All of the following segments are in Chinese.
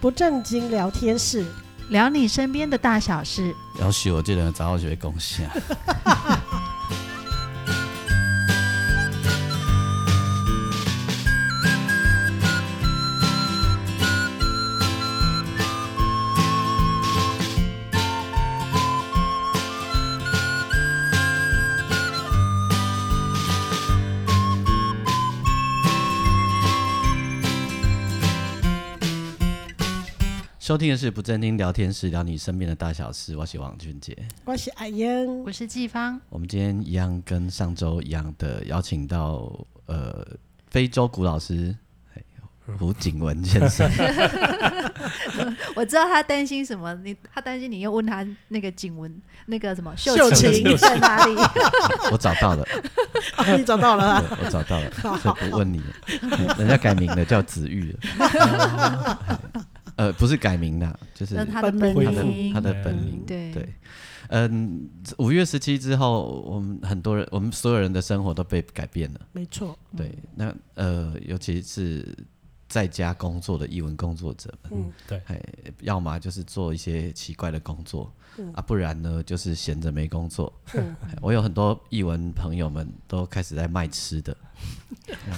不正经聊天室，聊你身边的大小事。要许我这人早就会贡献。 收听的是不正经聊天室，聊你身边的大小事。我是王俊杰。我是阿英，我是季芳，我们今天一样跟上周一样的邀请到呃非洲古老师嘿胡景文先生， 我知道他担心什么，你他担心你又问他那个景文那个什么秀秀琴琴在哪里？我找到了，哦你找到了 啊，对我找到了，好所以不问你了，嗯人家改名了，叫子玉了。呃，不是改名啦，就是那他的本本他名的名他的本名。对对，嗯，五月十七之后，我们很多人，我们所有人的生活都被改变了。没错，对，那呃，尤其是在家工作的译文工作者们，嗯，对，哎，要么就是做一些奇怪的工作，嗯啊，不然呢就是闲着没工作。 嗯哎我有很多译文朋友们都开始在卖 吃的，嗯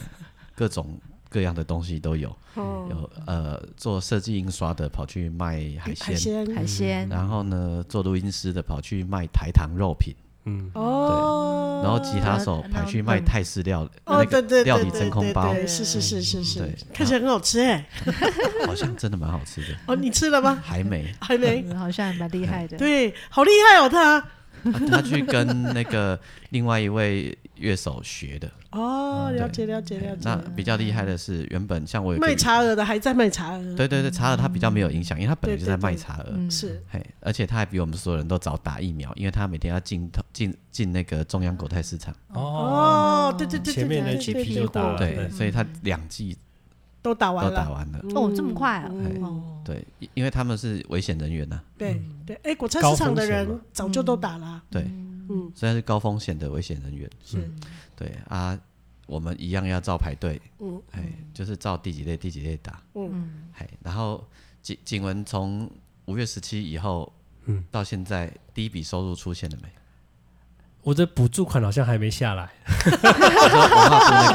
各种各样的东西都有，哦，有呃做设计印刷的跑去卖海海鲜。鲜，海鲜，然后呢，做录音师的跑去卖台糖肉品，嗯，哦，然后吉他手那那跑去卖嗯泰式料理，哦，那对个对，对料理对真空对包对是是是是是对，看起来很好吃哎，好像真的蛮好吃的，哦，你吃了 吗？还没。还没，嗯好像蛮厉害的。对，好厉害哦，他，啊他去跟那个另外一位乐手学的，哦，了解了解了哎解，那比较厉害的是，原本像我有个卖，茶鹅的还在卖茶鹅，对对对，茶鹅他比较没有影响，因为他本来就在对对对卖茶鹅，嗯是，嘿，而且他还比我们所有人都早打疫苗，因为他每天要进头进进那个中央狗泰市场，哦，哦，对对对，对前面的对几对批对就打了，对，对所以他两季都打完都打了，完了，哦，这么快啊！嗯哦，对，因因为他们是危险人员啊呐、对对，哎，果菜高市场风的险人嘛早就都打了，对，嗯，虽然是高风险的危险人员，嗯是，对啊，我们一样要照排队，嗯哎，就是照第几类第几类打，嗯，哎，然后景景文从五月十七以后，嗯，到现在第一笔收入出现了没？我的补助款好像还没下来，文化部那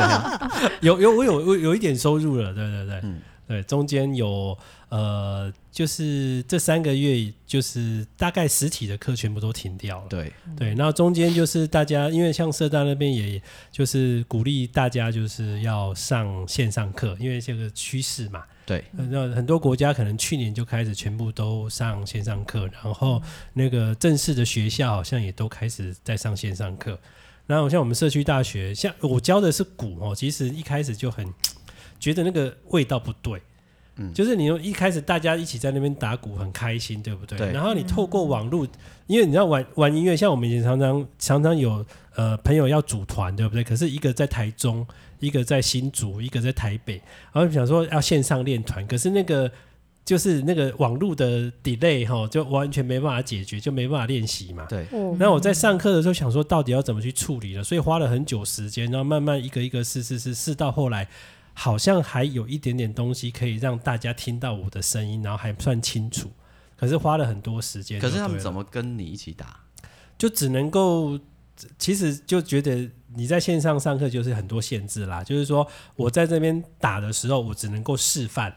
个，有有我有我有一点收入了，对对对，嗯对，中间有呃，就是这三个月就是大概实体的课全部都停掉了，对，对，那中间就是大家，因为像社大那边也就是鼓励大家就是要上线上课，因为这个趋势嘛。对呃那很多国家可能去年就开始全部都上线上课，然后那个正式的学校好像也都开始在上线上课。然后像我们社区大学，像我教的是鼓哦，其实一开始就很觉得那个味道不对。嗯就是你一开始大家一起在那边打鼓很开心，对不对？对然后你透过网络，因为你知道玩玩音乐，像我们以前常常常常有呃朋友要组团，对不对？可是一个在台中，一个在新竹，一个在台北，然后想说要线上练团，可是那个就是那个网络的 delay 哈，就完全没办法解决，就没办法练习嘛。对，哦，那我在上课的时候想说，到底要怎么去处理了，所以花了很久时间，然后慢慢一个一个试试试试，到后来好像还有一点点东西可以让大家听到我的声音，然后还算清楚。可是花了很多时间就可对了，是他们怎么跟你一起打？就只能够，其实就觉得你在线上上课就是很多限制啦，就是说我在这边打的时候，我只能够示范。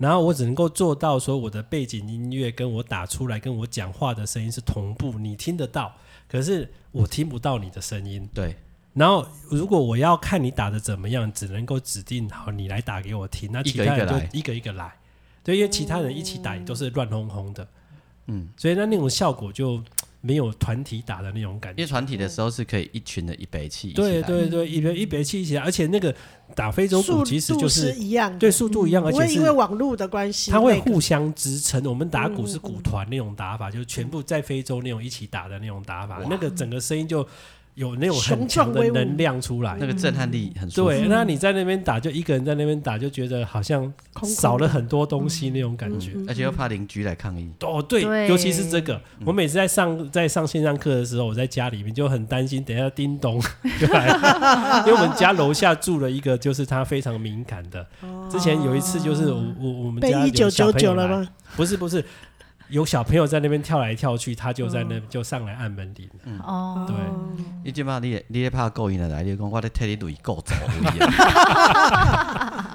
然后我只能够做到说我的背景音乐跟我打出来跟我讲话的声音是同步，你听得到，可是我听不到你的声音。对，然后如果我要看你打的怎么样，只能够指定好你来打给我听，那其他一个一人个来就一个一个来，对，因为其他人一起打也都是乱哄哄的，嗯，所以那那种效果就没有团体打的那种感因觉为。传体的时候是可以一群的一北气一起对打，对对，一别一别气一起来，而且那个打非洲速鼓其实度就是一样的，对速度一样，而不且会因为是网络的关系，它会那个互相支撑。我们打鼓是嗯鼓团那种打法，就是全部在非洲那种一起打的那种打法哇，那个整个声音就有那种很强的能量出来那。个震撼力很舒服。对，那你在那边打，就一个人在那边打，就觉得好像空空少了的很多东西那种感觉。嗯而且又怕邻居来抗议，哦，对，对尤其是这个，我每次在上在上线上课的时候，我在家里面就很担心，等一下 叮咚就来了，因为我们家楼下住了一个，就是他非常敏感的。之前有一次，就是我我我们哦被家一九有小九朋友九来了？吗？不是不是，有小朋友在那边跳来跳去，他就在那就上来按门铃。哦，对哦你即嘛你也你也怕勾引来，你就讲我咧替你累够走而已。啊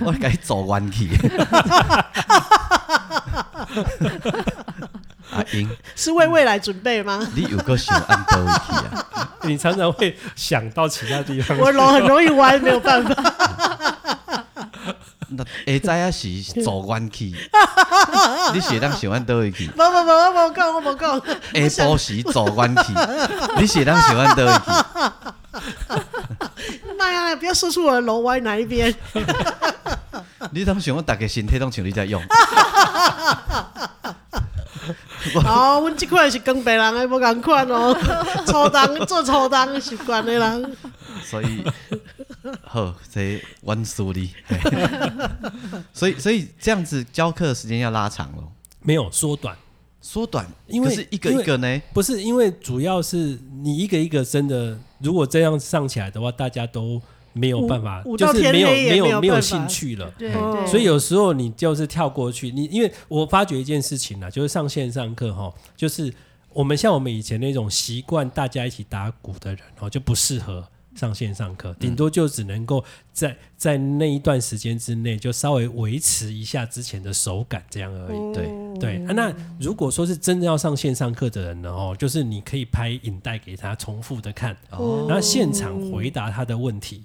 我甲你走弯去。阿英，是为未来准备 吗？你有个想按倒去啊？你常常会想到其他地方。我龙很容易歪，没有办法。 那会知啊是走弯去，你是会当想按倒去不。不不，我无讲，我无讲。下晡时走弯去，你是会当想按倒去。那呀，不要说出我的龙歪哪一边。 你当想我大家身体拢像你在用。好，阮即款是跟别人的无共款 哦，粗重做粗重习惯的人。所以好，这弯梳理。嘿 所以所以这样子教课时间要拉长咯，没有缩短，缩短，因为可是一个一个呢，不是因为主要是你一个一个真的，如果这样上起来的话，大家都没有办法舞舞，就到是天没有黑也没没有有没有办兴法趣了。对哦对，所以有时候你就是跳过去，你因为我发觉一件事情啊，就是上线上课哈，就是我们像我们以前那种习惯大家一起打鼓的人哦，就不适合上线上课，嗯顶多就只能够在在那一段时间之内就稍微维持一下之前的手感这样而已。对对、啊，那如果说是真的要上线上课的人呢，哦，就是你可以拍影带给他重复的看，哦然后现场回答他的问题。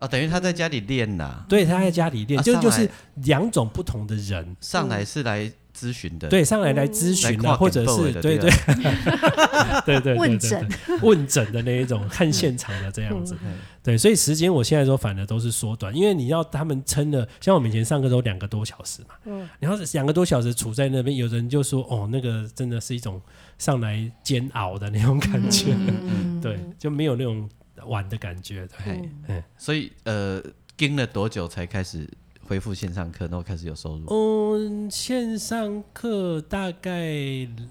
啊，等于他在家里练呐，对，他在家里练，啊就上就是来两种不同的人。上来是来咨询的，，对，上来来咨来询啊，跨或者点部位是的对对对 对对对问对诊嗯对问诊的那一 种，看现场的这样子。对，所以时间我现在说反而都是缩短，因为你要他们撑了，像我们以前上课都两个多小时嘛，嗯然后两个多小时处在那边，有人就说哦，那个真的是一种上来煎熬的那种感觉，嗯 对，就没有那种玩的感觉，对，嗯。所以呃，跟了多久才开始恢复线上课，然后开始有收入？嗯，线上课大概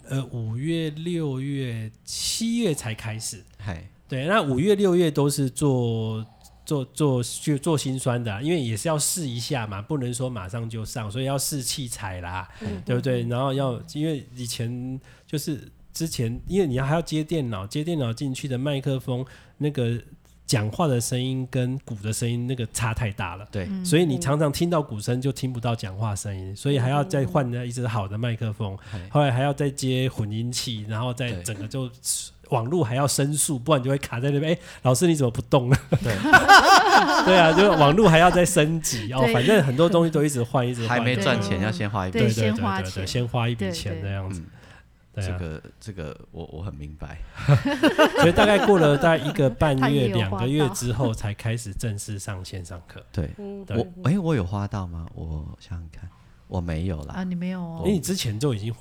呃五月、六月、七月才开始。嗨，对，那五月、六月都是做做做去做心酸的啊、因为也是要试一下嘛，不能说马上就上，所以要试器材啦，对不对？然后要因为以前就是之前，因为你还要接电脑，接电脑进去的麦克风那个。讲话的声音跟鼓的声音那个差太大了，对，所以你常常听到鼓声就听不到讲话声音，所以还要再换一支好的麦克风，嗨后来还要再接混音器，然后再对整个就网路还要申诉，不然就会卡在那边。哎，老师你怎么不动呢？对， 对啊，就是网路还要再升级哦对，反正很多东西都一直换，一直换。还没对赚钱要先花一笔对啊对对对先花对对钱先花一笔对钱对这样子。对嗯这啊，个这个我我很明白，所以大概过了大概一 个半他也月、有两花个月到之后，才开始正式上线上 课。对嗯对我哎，我有花到吗？我想想看，我没有啊，啦，你没有哦因为，你之前就已经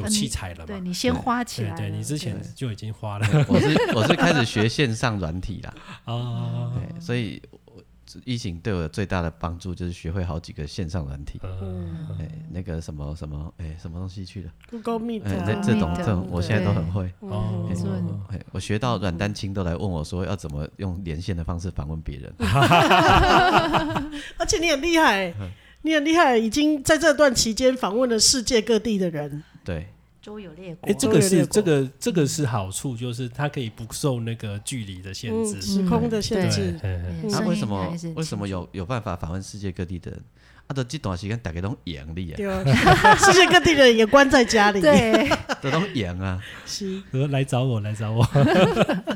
有器材了嗯对嘛，你先花起对来了，对，你之前对就已经花了我是我是开始学线上软体啦。啊。对，所以我疫情对我最大的帮助就是学会好几个线上软体，嗯哎、那个什么什么，哎、什么东西去了， Google 哎、 Meet，那啊这种 Meet 这种，我对现在都很会。哦没错哎、我学到阮丹青都来问我说要怎么用连线的方式访问别人， 而且你很厉害，嗯你很厉害，已经在这段期间访问了世界各地的嗯人。对，周游列国哎，，这周个游列国是这个这嗯个是好处，就是它可以不受那个距离的限嗯，制。时空的限对制，嗯嗯嗯那、声音啊为什么还是为什么有有办法访问世界各地的人？啊，都这段时间大家都赢你啊，对， 世界各地的人也关在家里。，对，都都赢啊，是，呃来找我，来找我。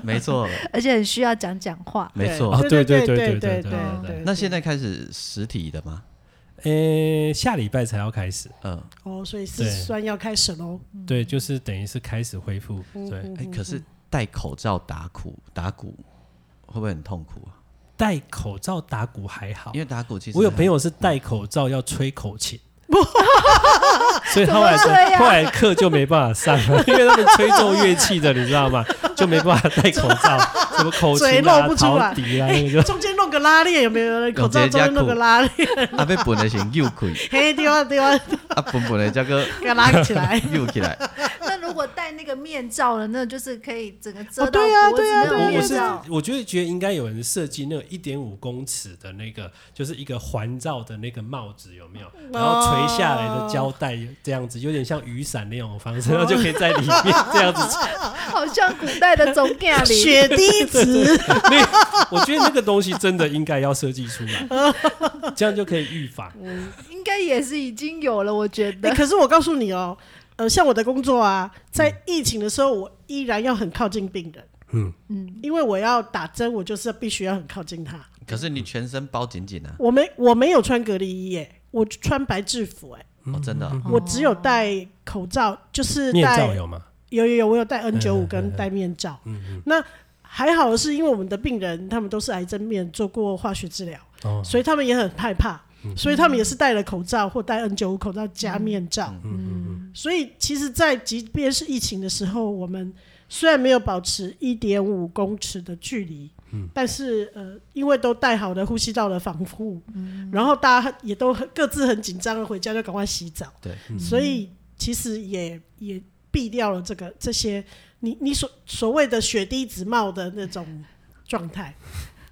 没错，而且很需要讲讲话，没啊错。对对对对对对对对对。那现在开始实体的吗？呃，下礼拜才要开始，嗯，哦，所以四对川要开始喽。对，就是等于是开始恢复。对，哎、可是戴口罩打鼓打鼓会不会很痛苦啊？戴口罩打鼓还好因，为打鼓其实嗯我有还朋友是戴口罩要吹口琴，所以后来怎么会这样后来课就没办法上了，因为他们吹奏乐器的，你知道吗？就没办法戴口罩，什么口嘴琴露啊不、出来陶笛啊，那个 就中间弄个拉链有没有？口罩中间弄个拉链， 啊，被本的先扭 开，嘿，对啊对啊，啊，本本的这个给它拉起 来。扭起来，那如果戴那个面罩了，那就是可以整个遮哦到对啊脖子对啊那对啊种我我面是罩。我觉得觉得应该有人设计那种一点五公尺的那个，就是一个环绕的那个帽子有没哦有？然后垂下来的胶带这样子，有点像雨伞那种方式，然后就可以在里面哦这样子。好像古代的总 干里，雪滴子，那我觉得那个东西真的应该要设计出来，这样就可以预防。应该也是已经有了，我觉欸得。可是我告诉你哦，呃，像我的工作啊，在疫情的时候，我依然要很靠近病人，嗯嗯，因为我要打针，我就是必须要很靠近他。可是你全身包紧紧啊，我没我没有穿隔离衣耶，我穿白制服哎，哦，真的哦，哦我只有戴口罩，就是面罩戴有吗？有有有，我有戴 N 九嗯五嗯跟嗯戴面罩。嗯嗯。那还好的是，因为我们的病人他们都是癌症面，做过化学治疗，哦，嗯所以他们也很害怕，所以他们也是戴了口罩或戴 N 九五口罩加面罩。嗯，所以其实，在即便是疫情的时候，我们虽然没有保持一点五公尺的距离，嗯但是呃，因为都戴好了呼吸道的防护，然后大家也都很各自很紧张的回家就赶快洗澡，对，所以其实也也避掉了这个这些你你所所谓的雪滴子冒的那种状态。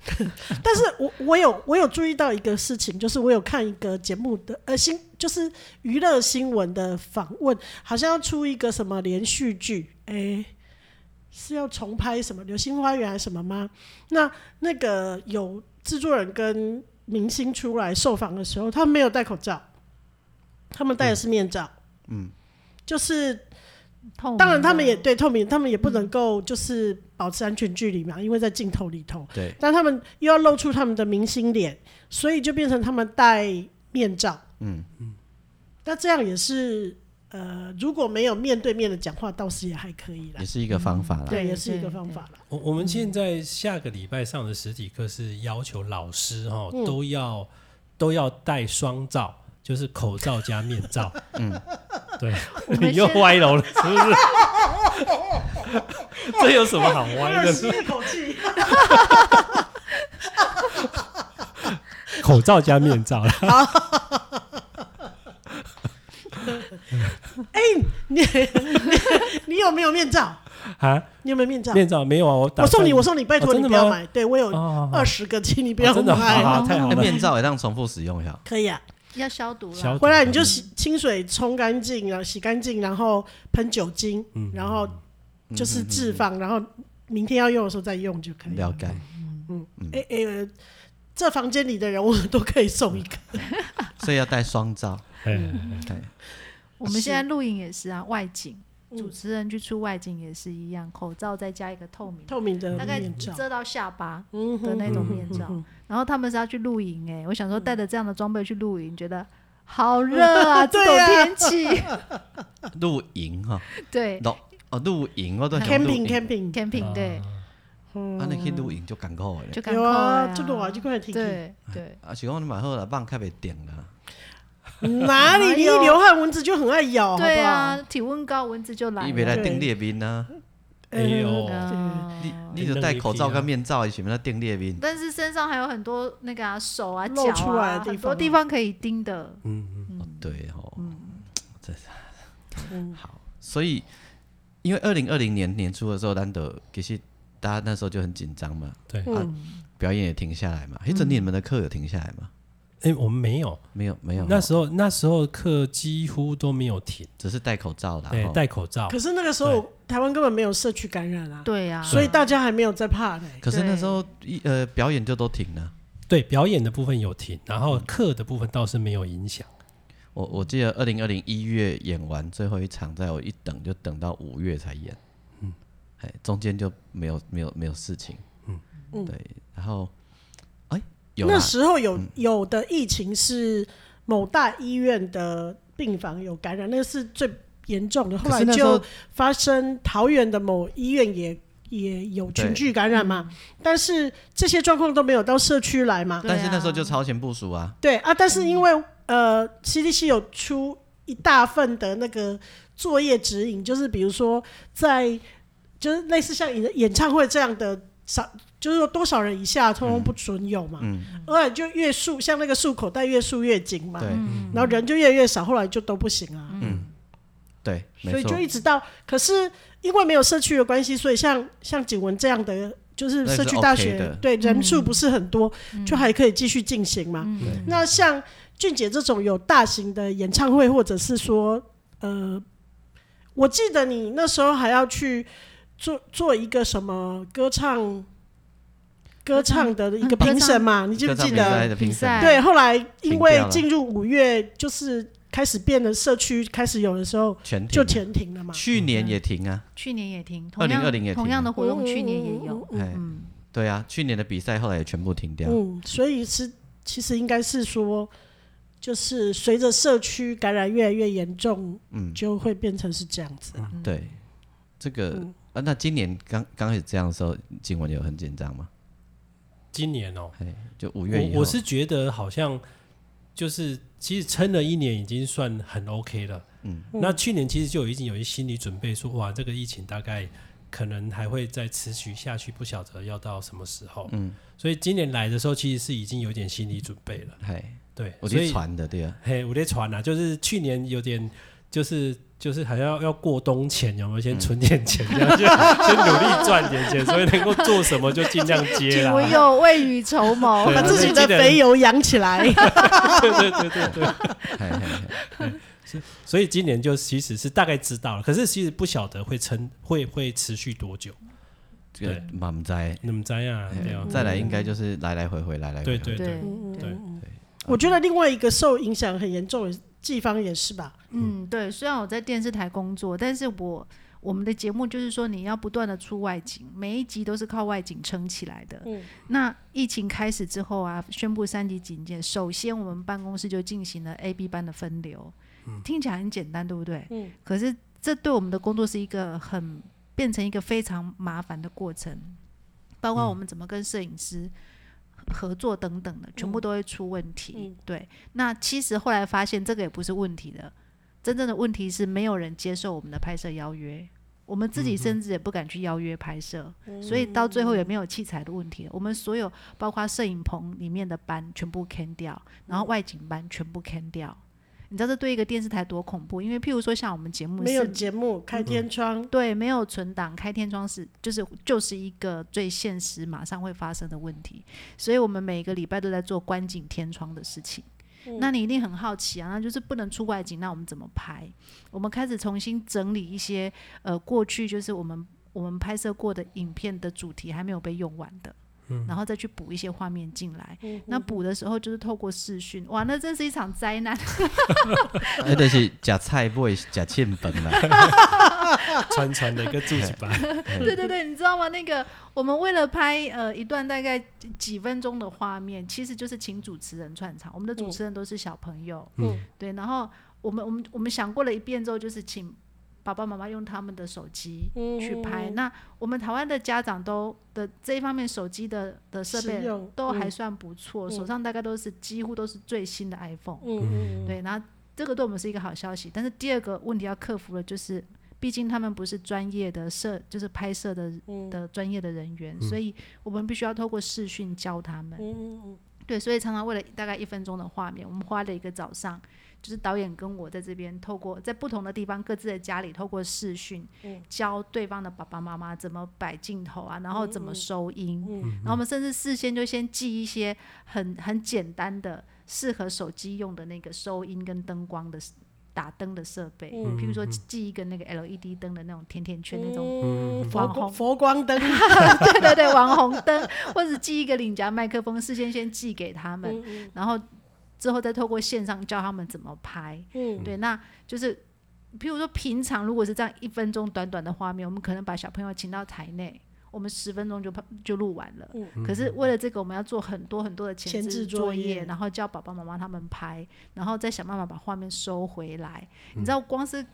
但是我我有我有注意到一个事情，就是我有看一个节目的呃新就是娱乐新闻的访问，好像要出一个什么连续剧，哎、是要重拍什么《流星花园》还是什么吗？那那个有制作人跟明星出来受访的时候，他们没有戴口罩，他们戴的是面罩，嗯，就是痛。当然他们也对透明，他们也不能够就是保持安全距离嘛，因为在镜头里头，对，但他们又要露出他们的明星脸，所以就变成他们戴面罩。嗯，那这样也是呃，如果没有面对面的讲话，倒是也还可以啦 也。是一个方法啦。对，对也是一对个方法啦。我我们现在下个礼拜上的实体课是要求老师哈、嗯都要都要戴双罩，就是口罩加面罩。嗯，对，我们你又先歪楼了，是不是？ 这有什么好 歪的？一口气，口罩加面罩啦，你你有没有面罩？ 啊，你有没有面罩？面罩没有啊，我打我送你，我算送你，拜托哦你真的不要吗买。对我有哦好二十个，请你不哦要真的好买。好太好哎了。面罩也让重复使用一下，可以啊，要消毒消哦了，回来你嗯就洗清水冲干净，然后洗干净，然后喷酒精，嗯然后就是置放，然后明天要用的时候再用就可以。了解。哎哎，呃这房间里的人我都可以送一个。嗯所以要戴双罩，哎嗯对，我们现是在录影也是啊，外景嗯主持人去出外景也是一样，口罩再加一个透明，透明的大概面罩，遮到下巴嗯的那种面罩嗯嗯。然后他们是要去露营哎，我想说带着这样的装备去露营，觉得好 热啊，这种对啊天气，露营哈， 对露哦露营，我都想露 camping 营， camping，啊 camping 对，啊你去露营就艰苦就的嘞，赶有快啊，这个我就快提。对对，啊是讲你买好了，棒开被点了，哪里你一流汗蚊子就很爱哦咬，好哦不好哎对，啊，体温高，蚊子就来你别了。来定列宾啊，嗯哎呦，你嗯你就戴口罩跟面罩，前面那定哦列宾，啊但是身上还有很多那个啊手啊、露脚出来的啊，地很多方地方可以叮的。嗯，哦对哦， 真是嗯好，所以因为二零二零年年初的时候，咱都其实大家那时候就很紧张嘛，对，哎、嗯，表演也停下来嘛，黑子你们的课有停下来吗？我们没有，没有没有，哦那时候那时候课几乎都没有停，只是戴口罩啦，哦对，吼戴口罩。可是那个时候台湾根本没有社区感染啊，对啊，所以大家还没有在怕呢。可是那对时候一呃表演就都停了。对，表演的部分有停，然后课的部分倒是没有影响。我我记得二零二零一月演完最后一场，在我一等就等到五月才演，嗯，哎，中间就没有没有没有事情，嗯，对，然后哎、有啦嗯那，时候有有的疫情是某大医院的病房有感染，那个是最严重的。后可来是那时候就发生桃园的某医院也也有群聚感染嗯嘛，但是这些状况都没有到社区来嘛。但是那时候就超前部署啊，对啊，但是因为、呃，CDC 有出一大份的那个作业指引，就是比如说在就是类似像演演唱会这样的少，就是说多少人以下通通不准有嘛。嗯，而且就越束，像那个束口袋越束越紧嘛，对嗯然后人就越来越少，后来就都不行啊。对，所没以错就。一直到，可是因为没有社区的关系，所以像像景文这样的，就是那是社区大 OK 学、的对人数不是很多，就还可以继续进行嘛。对那像俊姐这种有大型的演唱会，或者是说，呃，我记得你那时候还要去做做一个什么歌唱歌唱的一个嗯歌唱评审嘛，你记不歌唱记比得赛？的评比审赛，对，后来因为停掉了进入五月，就是开始变得社区开始有的时候全停就前停了嘛。去年也停啊，去年也停，同样2020也停同样的活动，去年也有。哎，嗯，对啊，去年的比赛后来也全部停掉，嗯，所以是其实应该是说，就是随着社区感染越来越严重，嗯，就会变成是这样子嗯啊。对，这个嗯啊，那今年刚刚开始这样的时候，静文有很紧张吗？今年哦、哎，就五月以我后，我是觉得好像就是其实撑了一年已经算很 OK 了。嗯，那去年其实就已经有一心理准备说，哇，这个疫情大概可能还会再持续下去，不晓得要到什么时候。嗯，所以今年来的时候其实是已经有点心理准备了。哎，对，我所去以传的 对啊，嘿，我在传啊，就是去年有点就是。就是还要要过冬前有没有先存点钱，这样就先努力赚点钱，所以能够做什么就尽量接景啦。文有未雨绸 缪，对把自己我的记得肥油养起来，对对对对对，嘿嘿嘿所以今年就其实是大概知道了，可是其实不晓得会撑会会持续多久。这个对满灾，你们怎样？对啊，再来应该就是来来回回，来来回对回，对对，对嗯我觉得另外一个受影响很严重的地方也是吧。嗯，对，虽然我在电视台工作，但是我我们的节目就是说你要不断的出外景，每一集都是靠外景撑起来的。嗯那疫情开始之后啊，宣布三级警戒，首先我们办公室就进行了 A、B 班的分流，听起来很简单，对不对？嗯可是这对我们的工作是一个很变成一个非常麻烦的过程，包嗯括我们怎么跟摄影师合作等等的，全部都会出问题。嗯对，那其实后来发现这个也不是问题的，真正的问题是没有人接受我们的拍摄邀约。我们嗯自己甚至也不敢去邀约拍摄，所以到最后也没有器材的问题。我们所有包括摄影棚里面的班全部 can 掉，然嗯后外景班全部 can 掉。你知道这对一个电视台多恐怖？因为譬如说像我们节目没有是嗯节目，开天窗，对，没有存档，开天窗是就是就是一个最现实马上会发生的问题，所以我们每个礼拜都在做观景天窗的事情。那你一定很好奇啊，那就是不能出外景，那我们怎么拍？我们开始重新整理一些呃过去就是我们我们拍摄过的影片的主题还没有被用完的。然后再去补一些画面进来，那补的时候就是透过视讯，哇，那真是一场灾难。那哎就是假菜不会假欠本啦， 传传的跟住几班，对对对，你知道吗？那个我们为了拍呃一段大概几几分钟的画面，其实就是请主持人串场。我们的主持人都是小朋友，嗯，对。然后我们我们我们想过了一遍之后，就是请爸爸妈妈用他们的手机嗯去拍。那我们台湾的家长都的这一方面手机的的设备实用都还嗯算不错，嗯手上大概都是几乎都是最新的 iPhone。嗯对，然后这个对我们是一个好消息，但是第二个问题要克服的就是，毕竟他们不是专业的摄，就是拍摄的嗯的专业的人员，所以我们必须要透过视讯教他们。嗯对，所以常常为了大概一分钟的画面，我们花了一个早上，就是导演跟我在这边透过在不同的地方各自的家里透过视讯、教对方的爸爸妈妈怎么摆镜头啊，然后怎么收音，然后我们甚至事先就先记一些很很简单的适合手机用的那个收音跟灯光的。打灯的设备，譬如说记一个那个 LED 灯的那种甜甜圈那种嗯，佛网光红佛光灯，对对对，网红灯，或者寄一个领夹麦克风，事先先寄给他嗯们，然后之后再透过线上教他们怎么拍。嗯对，那就是譬如说平常如果是这样一分钟短短的画面，我们可能把小朋友请到台内。我们十分钟就拍就录完了，可是为了这个，我们要做很多很多的前嗯前置置作作业然后叫爸爸妈妈他们拍，然后再想办法把画面收回来。你知道，光是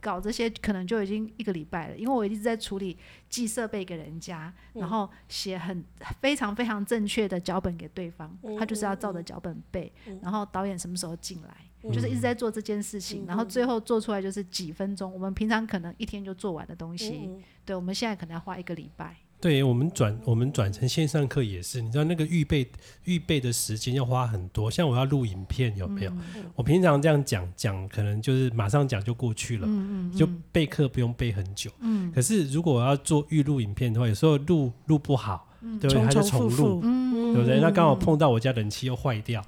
搞这些可能就已经一个礼拜了，因为我一直在处理寄设备给人家，嗯然后写很非常非常正确的脚本给对方，他就是要照着脚本背，然后导演什么时候进来，就是一直在做这件事情，然后最后做出来就是几分钟，我们平常可能一天就做完的东西，对我们现在可能要花一个礼拜。对我们转我们转成线上课也是，你知道那个预备预备的时间要花很多。像我要录影片有没嗯有？我平常这样讲讲，可能就是马上讲就过去嗯了，就备课不用备很久。可是如果我要做预录影片的话，有时候录录不好，对不对？重它就嗯重重复复，，录嗯对不对？那刚好碰到我家冷气又坏掉，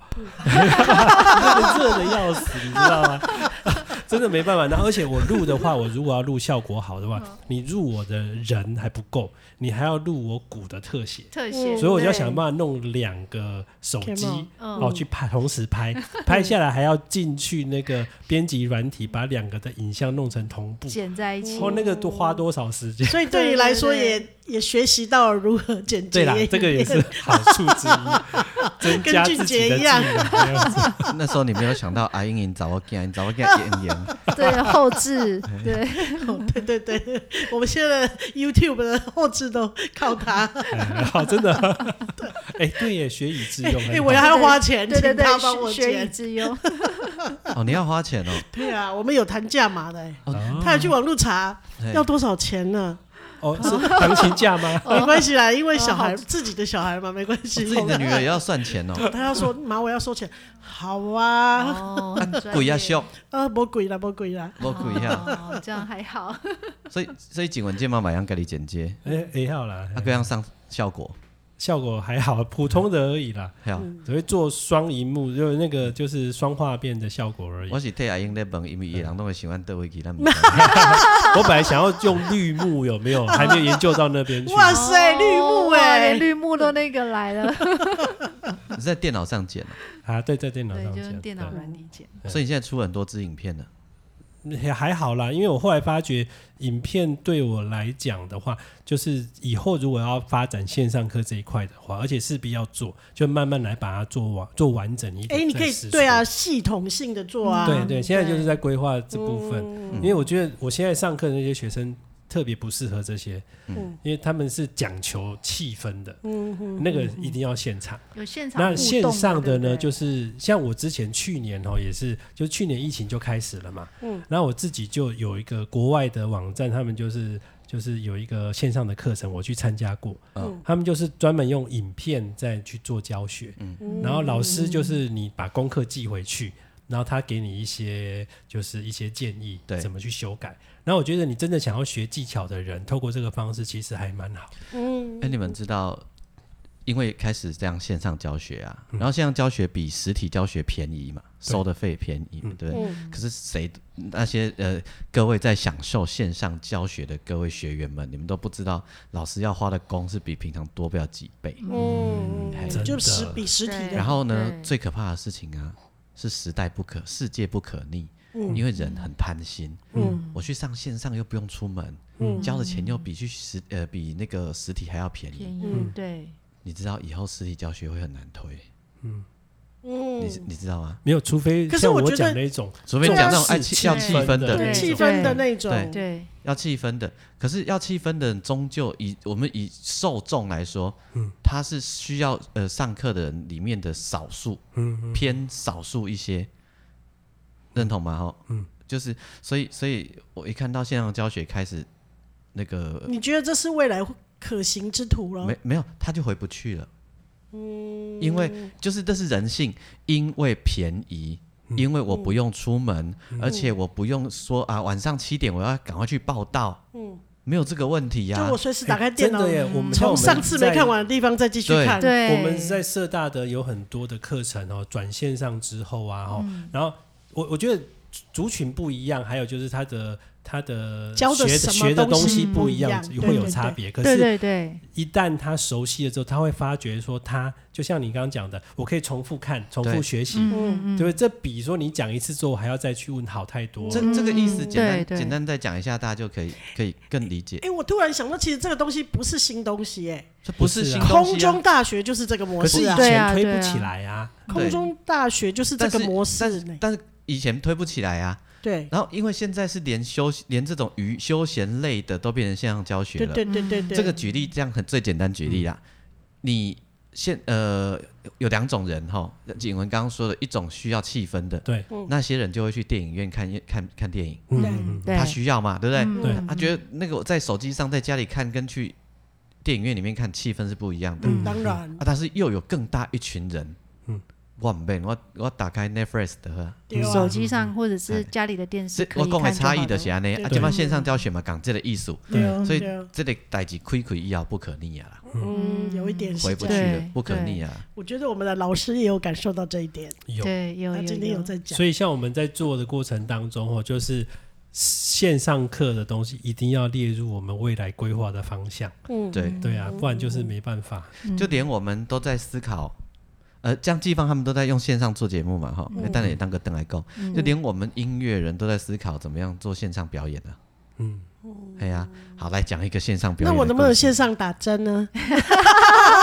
热的要死，你知道吗？ 真的没办法。然后而且我录的话，我如果要录效果好的话，你录我的人还不够，你还要录我鼓的特写，特写，所以我就要想办法弄两个手机 Camera。嗯哦，去拍，同时拍，拍下来还要进去那个编辑软体，把两个的影像弄成同步。剪在一起哦，。那个多花多少时间？所以对你来说对对也也学习到了如何剪对接啦，，这个也是好处之一，增加自己的技能。这样子那时候你没有想到阿英英找我干，找我干演员，对后置，对，哦 对对对，我们现在的 YouTube 的后置都靠它。哎好，真的。 哎，对耶，学以致用。哎、很我好要花钱对对请他帮对，我学以剪。致用，哦，你要花钱哦，对啊，我们有谈价码的、欸，哦他有去网络查对要多少钱呢？哦，是行情价吗？没关系啦，因为小孩哦自己的小孩嘛，没关系。自己的女儿也要算钱哦， 他要说妈，我要收钱，好啊，哦，很专鬼业啊笑，呃，不贵啦，不贵啦。我鬼啊，哦，这样还好。所以所以景文见妈妈样给你剪接，啊哎哎，好啦，他各样上效果，啊效果还好，普通的而已啦，还有。只会做双荧幕，就是那个就是双画面的效果而已。我是替阿英在问，因为伊人拢会喜欢倒位去，咱毋我本来想要用绿幕，有 没有？还没有研究到那边去。哇塞，绿幕哦哇哎、连绿幕都那个来了， 你是在电脑上剪啊，啊，对，在电脑对，上就是剪电脑软体剪，对所以你现在出很多支影片了。对也还好啦，因为我后来发觉，影片对我来讲的话，就是以后如果要发展线上课这一块的话，而且势必要做，就慢慢来把它做完，做完整一哎、点。你可以对啊，，系统性的做啊。嗯对对，现在就是在规划这部分，因为我觉得我现在上课的那些学生特别不适合这些，因为他们是讲求气氛的，那个一定要现场。有现场那互线动上的的呢，就是是像我之前去年哦，也是，就去年疫情就开始了嘛，嗯，然后我自己就有一个国外的网站，他们就是就是有一个线上的课程，我去参加过，嗯他们就是专门用影片再去做教学，嗯，然后老师就是你把功课寄回去。然后他给你一些就是一些建议，对怎么去修改。然后我觉得你真的想要学技巧的人，透过这个方式其实还蛮好。哎、你们知道，因为开始这样线上教学啊，然后线上教学比实体教学便宜嘛，收的费便宜嘛，对不对？可是谁那些呃各位在享受线上教学的各位学员们，你们都不知道，老师要花的工是比平常多不了几倍。嗯哎，真的就实比实体对的然后呢，对最可怕的事情啊，是时代不可，世界不可逆。因为人很贪心，嗯，我去上线上又不用出门，嗯，交的钱又比去实呃比那个实体还要便宜，便嗯宜，对，你知道以后实体教学会很难推，嗯，你你知道吗？没有，除非可是像我觉得讲那种，除非你讲那种重爱视气要气氛对的，对气氛的那种。对对，要气氛的，可是要气氛的，终究以我们以受众来说，嗯，他是需要呃上课的人里面的少数，嗯，偏少数一些，认同吗？哈，嗯，就是所以所以我一看到线上教学开始那个你觉得这是未来可行之途了？没没有，他就回不去了。嗯，因为就是这是人性，因为便宜，因为我不用出门，而且我不用说啊，晚上七点我要赶快去报道。嗯，没有这个问题呀、就我随时打开电真脑的，耶，我们像从我们上次没在看完的地方再继续对看。对，我们在社大的有很多的课程哦，转线上之后啊，哦，然后我我觉得族群不一样，还有就是他的他的教的学什么学的东东西西不不一一样样，会有对差对别。可对是，对对，一旦他熟悉了之后，他会发觉说他，就像你刚刚讲的，我可以重复看、重复对学习，嗯对不对？这比说你讲一次之后还要再去问好太多。这这个意思嗯简单、对对简单再讲一下，大家就可以可以更理解哎、。我突然想到，其实这个东西不是新东西、哎、这不是不是新啊东西、啊，空中大学就是这个模可是式以啊，对前啊推对不啊起来啊，空中大学就是这个模式、但是呢。但是以前推不起来啊。对然后因为现在是连休连这种娱休闲类的都变成线上教学对了，对对对对，嗯这个举例这样很最简单举例啦，你现呃有有两种人哈，景文刚刚说的一种需要气氛的，对，嗯那些人就会去电影院看看看电影，对嗯，对他需要嘛，对不对？嗯对他觉得那个我在手机上在家里看跟去电影院里面看气氛是不一样的、嗯当然啊，但是又有更大一群人，嗯嗯，我没我我打开 Netflix 的啊，对啊手机上或者是家里的电视这可我以讲的看就好差异了就是安尼，啊，对即摆线上教学嘛讲这个艺术，对嗯嗯啊，所以对啊这个代志亏亏以后不可逆啊啦，嗯有一点是回不这去样，了对，不可逆啊。我觉得我们的老师也有感受到这一点，有。对，有他有今天有在讲所，以像我们在做的过程当中哦，就是线上课的东西一定要列入我们未来规划的方向。嗯对，对啊，不然就是没办法。就连我们都在思考，呃，像季芳他们都在用线上做节目嘛，嗯哈，哎当然也当个灯来供，就连我们音乐人都在思考怎么样做线上表演呢、嗯，哦哎呀、好，来讲一个线上表那演。我能不能 线？上打针呢？啊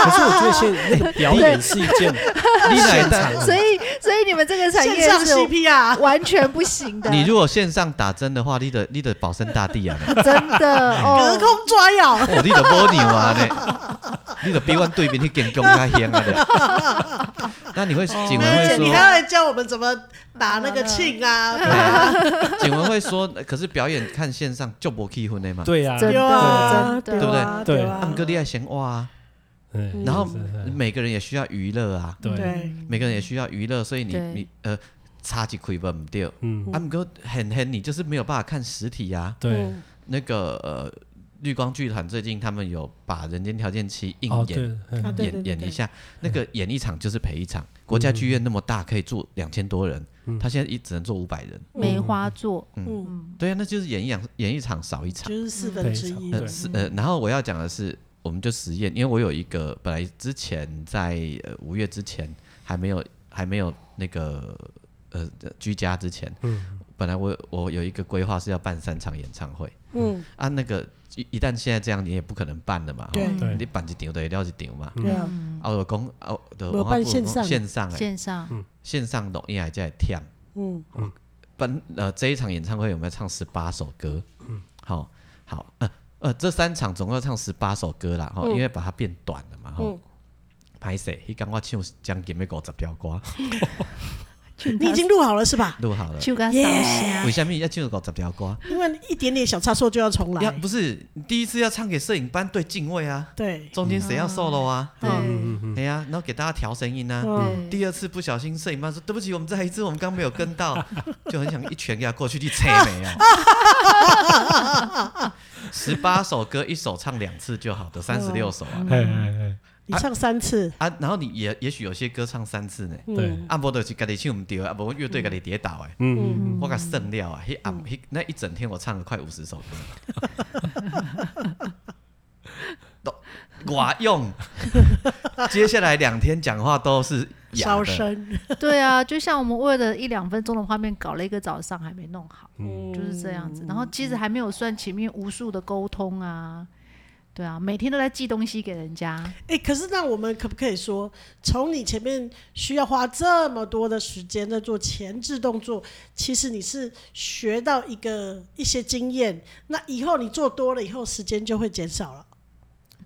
可是我觉得现那个表演是一 件你来现啊当场，所以所以你们这个产线业上是 CPR， 完全不行 的，你如果线上打针的话，你的你的保生大帝啊，真 的隔哦。空抓药，哦，你的蜗牛啊呢，你的比阮对面那间公较香啊的。 那你会景文而会且你说还要，来教我们怎么打那个庆啊，对啊对景文会说，可是表演看线上就无气氛的嘛，对呀，真的对啊，真的啊对不对啊他们哥厉害闲哇、啊。嗯然后是是是每个人也需要娱乐啊，对，对，每个人也需要娱乐，所以你对你呃，差几亏本掉。嗯，他们哥啊很很，你就是没有办法看实体嗯啊。对，那个呃，绿光剧团最近他们有把《人间条件七》硬哦演、对，嗯啊对对演对演对一下，那个演一场就是赔一场。国家剧院那么大，可以住两千多人，嗯他现在一只能坐五百人。梅花座，嗯，对啊，那就是演一场演一场少一场。就嗯是四分之一对呃，是呃，然后我要讲的是，我们就实验，因为我有一个本来之前在呃五月之前还没有还没有那个呃居家之前，嗯本来我我有一个规划是要办三场演唱会嗯，啊，那个一一旦现在这样，你也不可能办了嘛，对吼嗯对嗯你办一场就了一场嘛。对啊，啊，我讲啊，就没有我办不如线讲上线上诶，线上嗯线上录音还在跳。嗯，本呃这一场演唱会有没有唱十八首歌？嗯，好，好，呃呃，这三场总共要唱十八首歌啦，哈、因为把它变短了嘛，哈、嗯拍谁？一刚我唱将近要五十条歌，你已经录好了是吧？录好了。就跟扫 Yeah 虾为，什么要唱五十条歌？因为一点点小差错就要重要来，不是你第一次要唱给摄影班对敬畏啊，对，中间谁要 solo 啊？对嗯嗯，哎呀、然后给大家调声音啊。嗯，对第二次不小心，摄影班说：“对不起，我们再来一次，我们刚没有跟到， 就很想一拳给他过去，你扯没啊？”十八首歌，一首唱两次就好的，三十六首嗯啊哎哎你唱三次，啊！然后你也也许有些歌唱三次呢，嗯哎，嗯对，啊，无就是家己唱唔对，啊，无乐队家己跌倒哎，嗯，我给剩了啊，迄嗯暗迄那一整天我唱了快五 十首歌，都我用， 接下来两天讲话都是哑烧的，声， 对啊，就像我们为了一两分钟的画面搞了一个早上，还没弄好，就是这样子。然后其实还没有算前面无数的沟通啊，对啊，每天都在寄东西给人家，哎，可是那我们可不可以说，从你前面需要花这么多的时间在做前置动作，其实你是学到一个一些经验，那以后你做多了以后，时间就会减少了，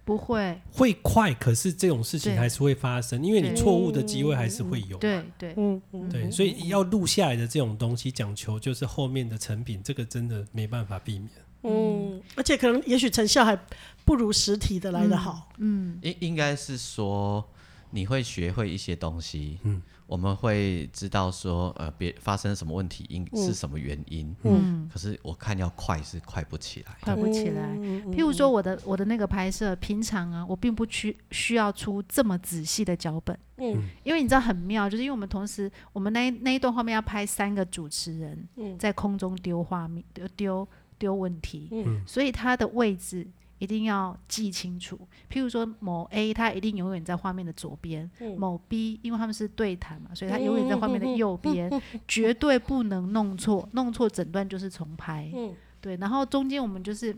不会，会快，可是这种事情还是会发生，因为你对错误的机会还是会有。对对，嗯对，所以要录下来的这种东西，讲求就是后面的成品，这个真的没办法避免。嗯，而且可能也许成效还不如实体的嗯来的好，应应该是说你会学会一些东西，嗯，我们会知道说呃别发生什么问题因是什么原因，嗯，可是我看要快是快不起来，快不起来。嗯譬如说我的我的那个拍摄，平常啊，我并不需需要出这么仔细的脚本，嗯，因为你知道很妙，就是因为我们同时我们那一那一段画面要拍三个主持人，嗯在空中丢画面丢丢丢问题，嗯所以他的位置。一定要记清楚，譬如说某 A，他一定永远在画面的左边；某 B，因为他们是对谈嘛，所以他永远在嗯画面的右边， 绝对不能弄错，弄错整段就是重拍。嗯对，然后中间我们就是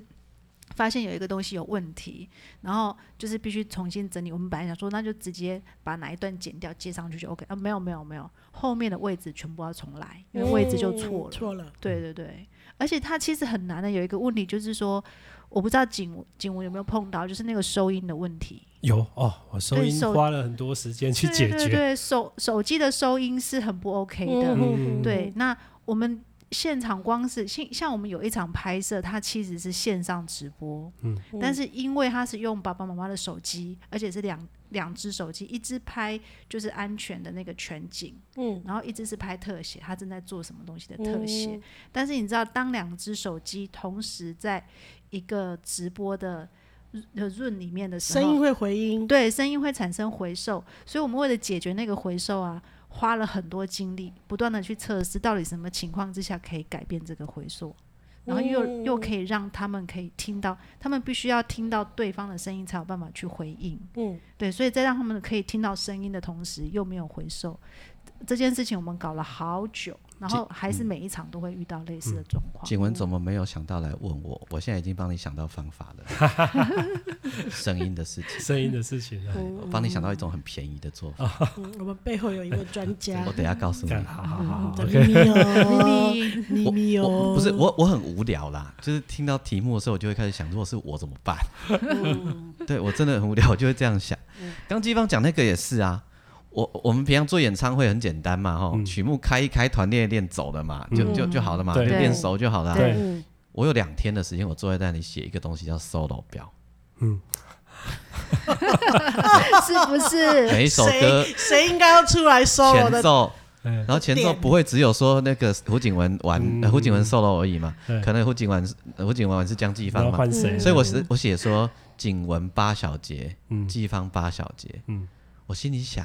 发现有一个东西有问题，然后就是必须重新整理。我们本来想说，那就直接把哪一段剪掉接上去就 OK 啊，没有没有没有，后面的位置全部要重来，因为位置就错了。嗯错了，对对对，而且它其实很难的。有一个问题就是说，我不知道景景文有没有碰到，就是那个收音的问题。有哦，我收音对手花了很多时间去解对对决，对，手手机的收音是很不 OK 的。嗯对，那我们现场光是像像我们有一场拍摄，它其实是线上直播，嗯但是因为它是用爸爸妈妈的手机，而且是两两只手机，一只拍就是安全的那个全景，嗯，然后一只是拍特写，他正在做什么东西的哦特写。但是你知道，当两只手机同时在一个直播的的润里面的时声音候，会回音，对声音会产生回收，所以我们为了解决那个回收啊，花了很多精力，不断的去测试到底什么情况之下可以改变这个回收。然后又、又可以让他们可以听到，他们必须要听到对方的声音才有办法去回应。嗯，对，所以在让他们可以听到声音的同时，又没有回收这件事情，我们搞了好久，然后还嗯是每一场都会遇到类似的状况。景文怎么没有想到来问我？我现在已经帮你想到方法了，声音的事情，声音的事情啊，我帮你想到一种很便宜的做法，嗯我们背后有一位专 家我，等一下告诉你干。好好好嗯好的，OK，秘密哦，咪秘咪密 我哦，不是我，我很无聊啦，就是听到题目的时候，我就会开始想，如果是我怎么 办？嗯对我真的很无聊，我就会这样想。嗯刚季芳讲那个也是啊，我我们平常做演唱会很简单嘛，吼，曲目开一开，团练一练，走了嘛，就就就好了嘛，就嗯对练熟就好了啊。对嗯，我有两天的时间，我坐在那里写一个东西叫 solo 表，嗯是不是？ 每一首歌呃谁谁应该要出来收我前的？奏，嗯然后前奏点不会只有说那个胡景文玩、呃胡景文 solo 而已嘛，对可能胡景文是胡景文玩是江季然芳后嘛，换啊谁？所以我是我写说景文八小节，嗯季芳八小节，嗯我心里想，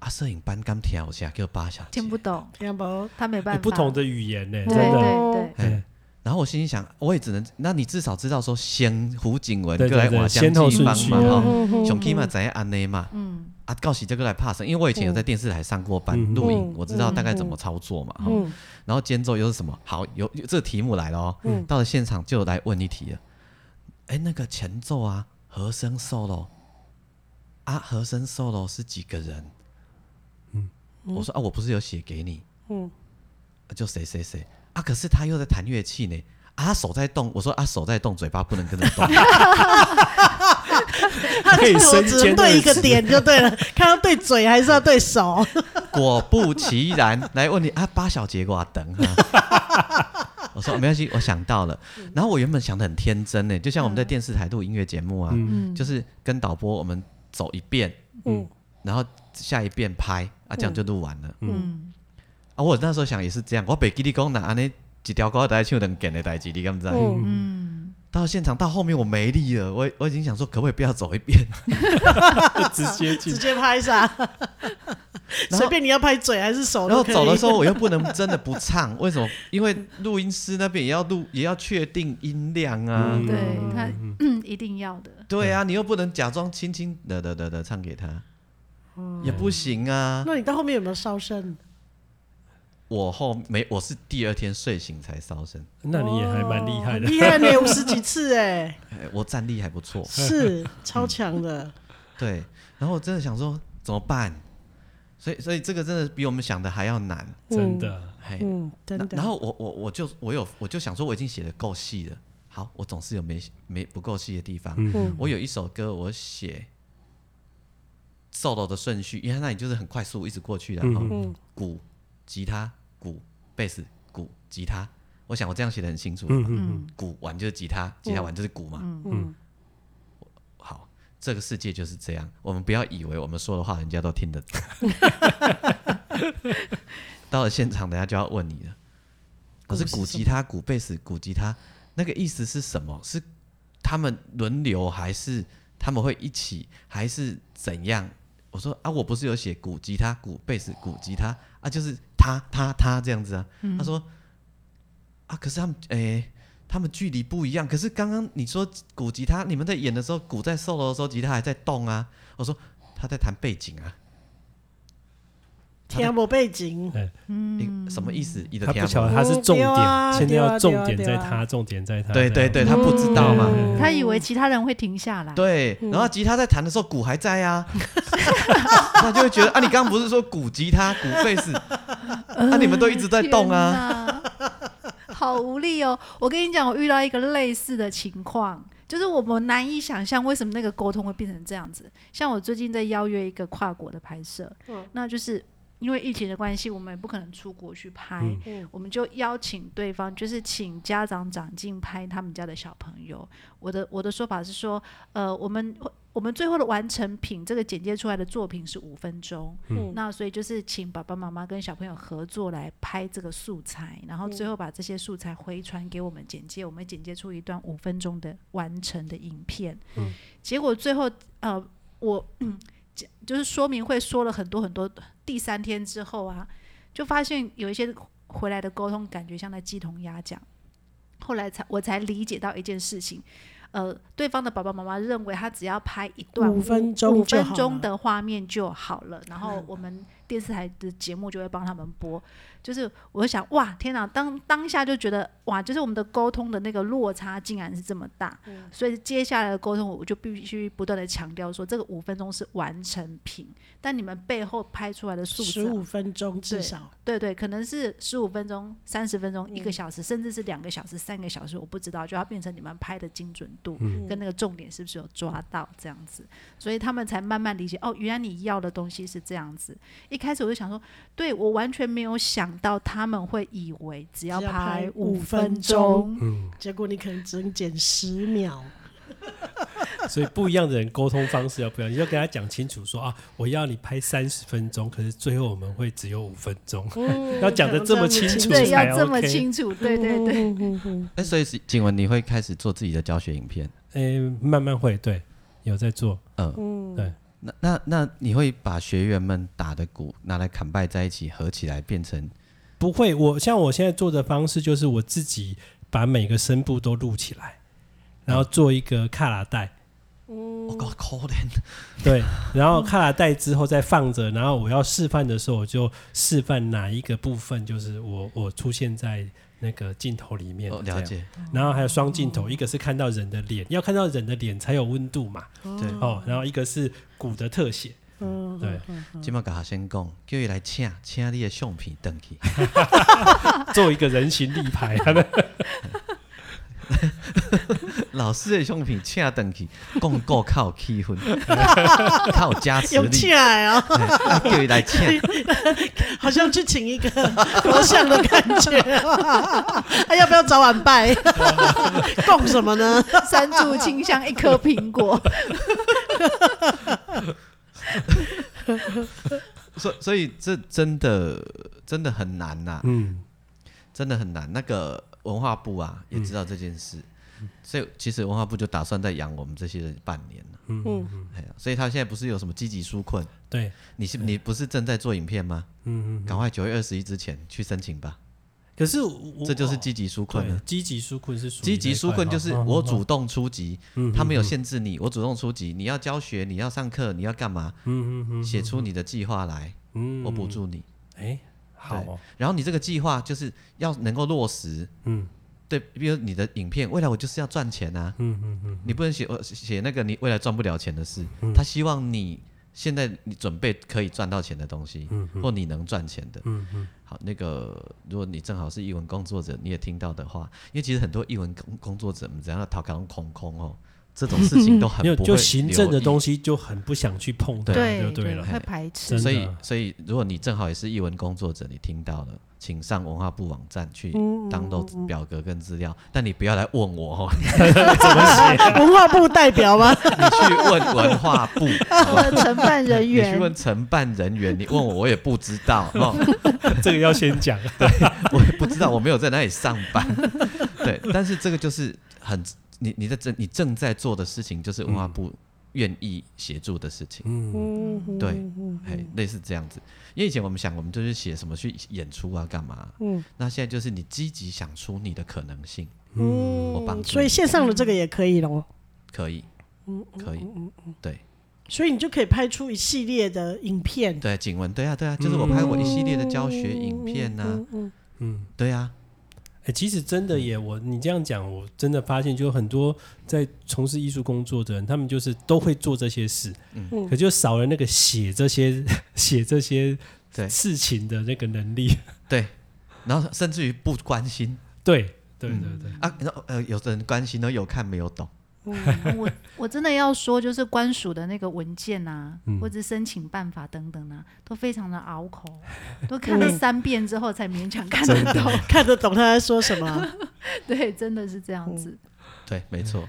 啊，摄影班刚听我下给我八小节听，不懂，要不他没办法。有哎不同的语言呢，对真的，对对，哎，然后我心里想，我也只能，那你至少知道说先胡景文对过来对对我先后江季芳顺序嘛，啊嗯哦熊 K 嘛怎样安内嘛，嗯，啊，告喜这个来 pass，因为我以前有在电视台上过班嗯录嗯影，我知道大概怎么操作嘛。哈，然后间奏又是什么？好，有有这个题目来了哦，到了现场就来问一题了。哎，那个前奏啊，和声 solo 啊，和声 solo 是几个人？嗯，我说啊，我不是有写给你，嗯嗯， 就谁谁谁啊，可是他又在弹乐器呢。啊，他手在动，我说啊，手在动，嘴巴不能跟着动。可以我身只能兼对一个二职点就对了， 看要对嘴还是要对手？果不其然，来问你啊，八小节给我等哈。我说哦没关系，我想到了。然后我原本想的很天真呢，就像我们在电视台录音乐节目啊，就是跟导播我们走一遍，嗯然后下一遍拍啊，这样就录完了。嗯啊，我那时候想也是这样，我北基地公拿安尼一条歌在唱两件的代志，你敢不知？嗯，嗯，到现场到后面我没力了，我我已经想说可不可以不要走一遍，直接进直接拍啥？ 然后随便你要拍嘴还是手然哦都后可以。走的时候我又不能真的不 唱，为什么？因为录音师那边也要录，也要确定音量啊。嗯对他嗯 一定要的。对啊，你又不能假装轻轻的的的的唱给他，嗯也不行啊。那你到后面有没有烧 声？我后没，我是第二天睡醒才烧声，那你也还蛮厉害的哦很，厉害呢，五十几次 哎，。哎我战力还不错是超强的。对，然后我真的想说怎么办？所以，所以这个真的比我们想的还要难。真的，嘿，嗯，真那的。然后我我我就我有我就想说我已经写的够细了，好，我总是有没没不够细的地方。嗯我有一首歌我写 solo 的顺序，因为那里就是很快速一直过去的，然后嗯鼓、吉他、鼓、贝斯、鼓、吉他。我想我这样写的很清楚，嗯嗯嗯鼓完就是吉他，吉他完就是鼓嘛。嗯好，这个世界就是这样，我们不要以为我们说的话人家都听得懂。到了现场，人家就要问你了，可是鼓吉他、鼓贝斯、鼓吉他，那个意思是什么？是他们轮流，还是他们会一起，还是怎样？我说啊，我不是有写鼓吉他、鼓贝斯、鼓吉他啊，就是他、他、他这样子啊。他说啊，可是他们诶。他们距离不一样，可是刚刚你说鼓吉他，你们在演的时候，鼓在 solo 的时候，吉他还在动啊。我说他在弹背景啊，听无背景，你什么意思？一直他听不晓得不他是重对啊点，现在对啊要重对啊点对在啊他，重点在他。对对这对，样他不知道嘛。嗯他以为其他人会停下来，对，然后吉他在弹的时候，鼓还在啊， 他就会觉得啊，你刚刚不是说鼓吉他、鼓贝斯，啊，你们都一直在动啊，啊，好无力哦！我跟你讲，我遇到一个类似的情况，就是我们难以想象为什么那个沟通会变成这样子。像我最近在邀约一个跨国的拍摄，嗯那就是因为疫情的关系，我们也不可能出国去拍，嗯嗯我们就邀请对方，就是请家长长进拍他们家的小朋友。我的我的说法是说，呃，我们我们最后的完成品，这个简介出来的作品是五分钟，嗯那所以就是请爸爸妈妈跟小朋友合作来拍这个素材，然后最后把这些素材回传给我们剪接，我们剪接出一段五分钟的完成的影片。嗯结果最后呃，我嗯，这就是说明会说了很多很多，呃第三天之后啊，就发现有一些回来的沟通感觉像在鸡同鸭讲。后来才我才理解到一件事情，呃，对方的爸爸妈妈认为他只要拍一段五分钟五就分好钟了的画面就好了，然后我们电视台的节目就会帮他们播。就是我想，哇，天哪！当当下就觉得，哇，就是我们的沟通的那个落差竟然是这么大，嗯所以接下来的沟通，我就必须不断的强调说，这个五分钟是完成品，但你们背后拍出来的数字十啊，五分钟至少，对对，可能是十五分钟、三十分钟、一个嗯小时，甚至是两个小时、三个小时，我不知道，就要变成你们拍的精准度、嗯跟那个重点是不是有抓到这样子，所以他们才慢慢理解哦，原来你要的东西是这样子。一开始我就想说，对我完全没有想到他们会以为只要只要拍拍五5分分钟，钟嗯，结果你可能只能减十秒，所以不一样的人沟通方式要不一样，你就跟他讲清楚说啊，我要你拍三十分钟，可是最后我们会只有五分钟。 要讲得这么清楚对，才要这么 OK 清楚，对对对。对，哎，所以是景文你会开始做自己的教学影片，诶、哎慢慢会，对，有在做。嗯，对，那那那你会把学员们打的鼓拿来砍拜在一起合起来变成，不会，我像我现在做的方式就是我自己把每个声部都录起来，然后做一个卡拉带，我靠，可怜，对，然后卡拉带之后再放着，然后我要示范的时候，我就示范哪一个部分，就是我我出现在那个镜头里面、哦了这样。解，然后还有双镜头，一个是看到人的脸，要看到人的脸才有温度嘛，对，哦，然后一个是鼓的特写，嗯对，今麦甲学生讲，叫伊来请，请你的相片登去， 做一个人形立牌， 老师的相片请登去，讲够靠气氛， 靠加持有力起，来哦，嘿啊叫伊 来请，好像去请一个佛像的感觉。 哎，要不要早晚拜？ 供什么呢？ 三炷清香，一颗苹果。所所以这真的真的很难呐、嗯，真的很难。那个文化部啊，也知道这件事，所以其实文化部就打算再养我们这些人半年了。嗯，哎呀，所以他现在不是有什么积极纾困？对，你是你不是正在做影片吗？嗯嗯。赶快九月二十一之前去申请吧，可是我这就是积极纾困对了。积极纾困是属于积极纾困就是那一块我主动出击，嗯嗯他没有限制你，我主动出击。你要教学，你要上课，你要干嘛？嗯嗯嗯写出你的计划来，嗯我补助你。哎，好哦，然后你这个计划就是要能够落实，嗯对，比如你的影片，未来我就是要赚钱啊，嗯嗯嗯，你不能写呃写那个你未来赚不了钱的事，他希望你现在你准备可以赚到钱的东西，嗯或你能赚钱的，好，那个如果你正好是译文工作者，你也听到的话，因为其实很多译文工工作者，我们只要讨港空空哦，这种事情都很 没有不会就行政的东西。西就很不想去碰它，对就 对了。会排斥真。的所以，所以如果你正好也是译文工作者，你听到了，请上文化部网站去嗯当 o 表格跟资料，但你不要来问我 哦，文化部代表吗？你去问文化部。好吧我的承办 人你去员，问承办人员，你问我，我也不知道，哦， 这个要先讲，啊 我也不知道，我没有在那里上 班。对，但是这个就是很你你在正你正在做的事情，就是文化部愿意协助的事情，嗯，嗯，对嘿，类似这样子。因为以前我们想，我们就是写什么去演出啊，干嘛？嗯那现在就是你积极想出你的可能性，嗯我帮助你所以线上的这个也可以咯。嗯可以，可以，对，所以你就可以拍出一系列的影片，对，景文，对啊，对啊，就是我拍我一系列的教学影片呐、嗯，嗯嗯，对啊，哎、其实真的耶，我你这样讲，我真的发现，就很多在从事艺术工作的人，他们就是都会做这些事，嗯可就少了那个写这些 写这些对事情的那个能力。 对，然后甚至于不关心对对对嗯对，啊，然后呃，有的人关心呢，有看没有懂， 我我真的要说，就是官署的那个文件啊，嗯或者申请办法等等啊，都非常的拗 口，都看了三遍之后才勉强看得懂。 看得懂他在说什么。 对，真的是这样子。对，没错，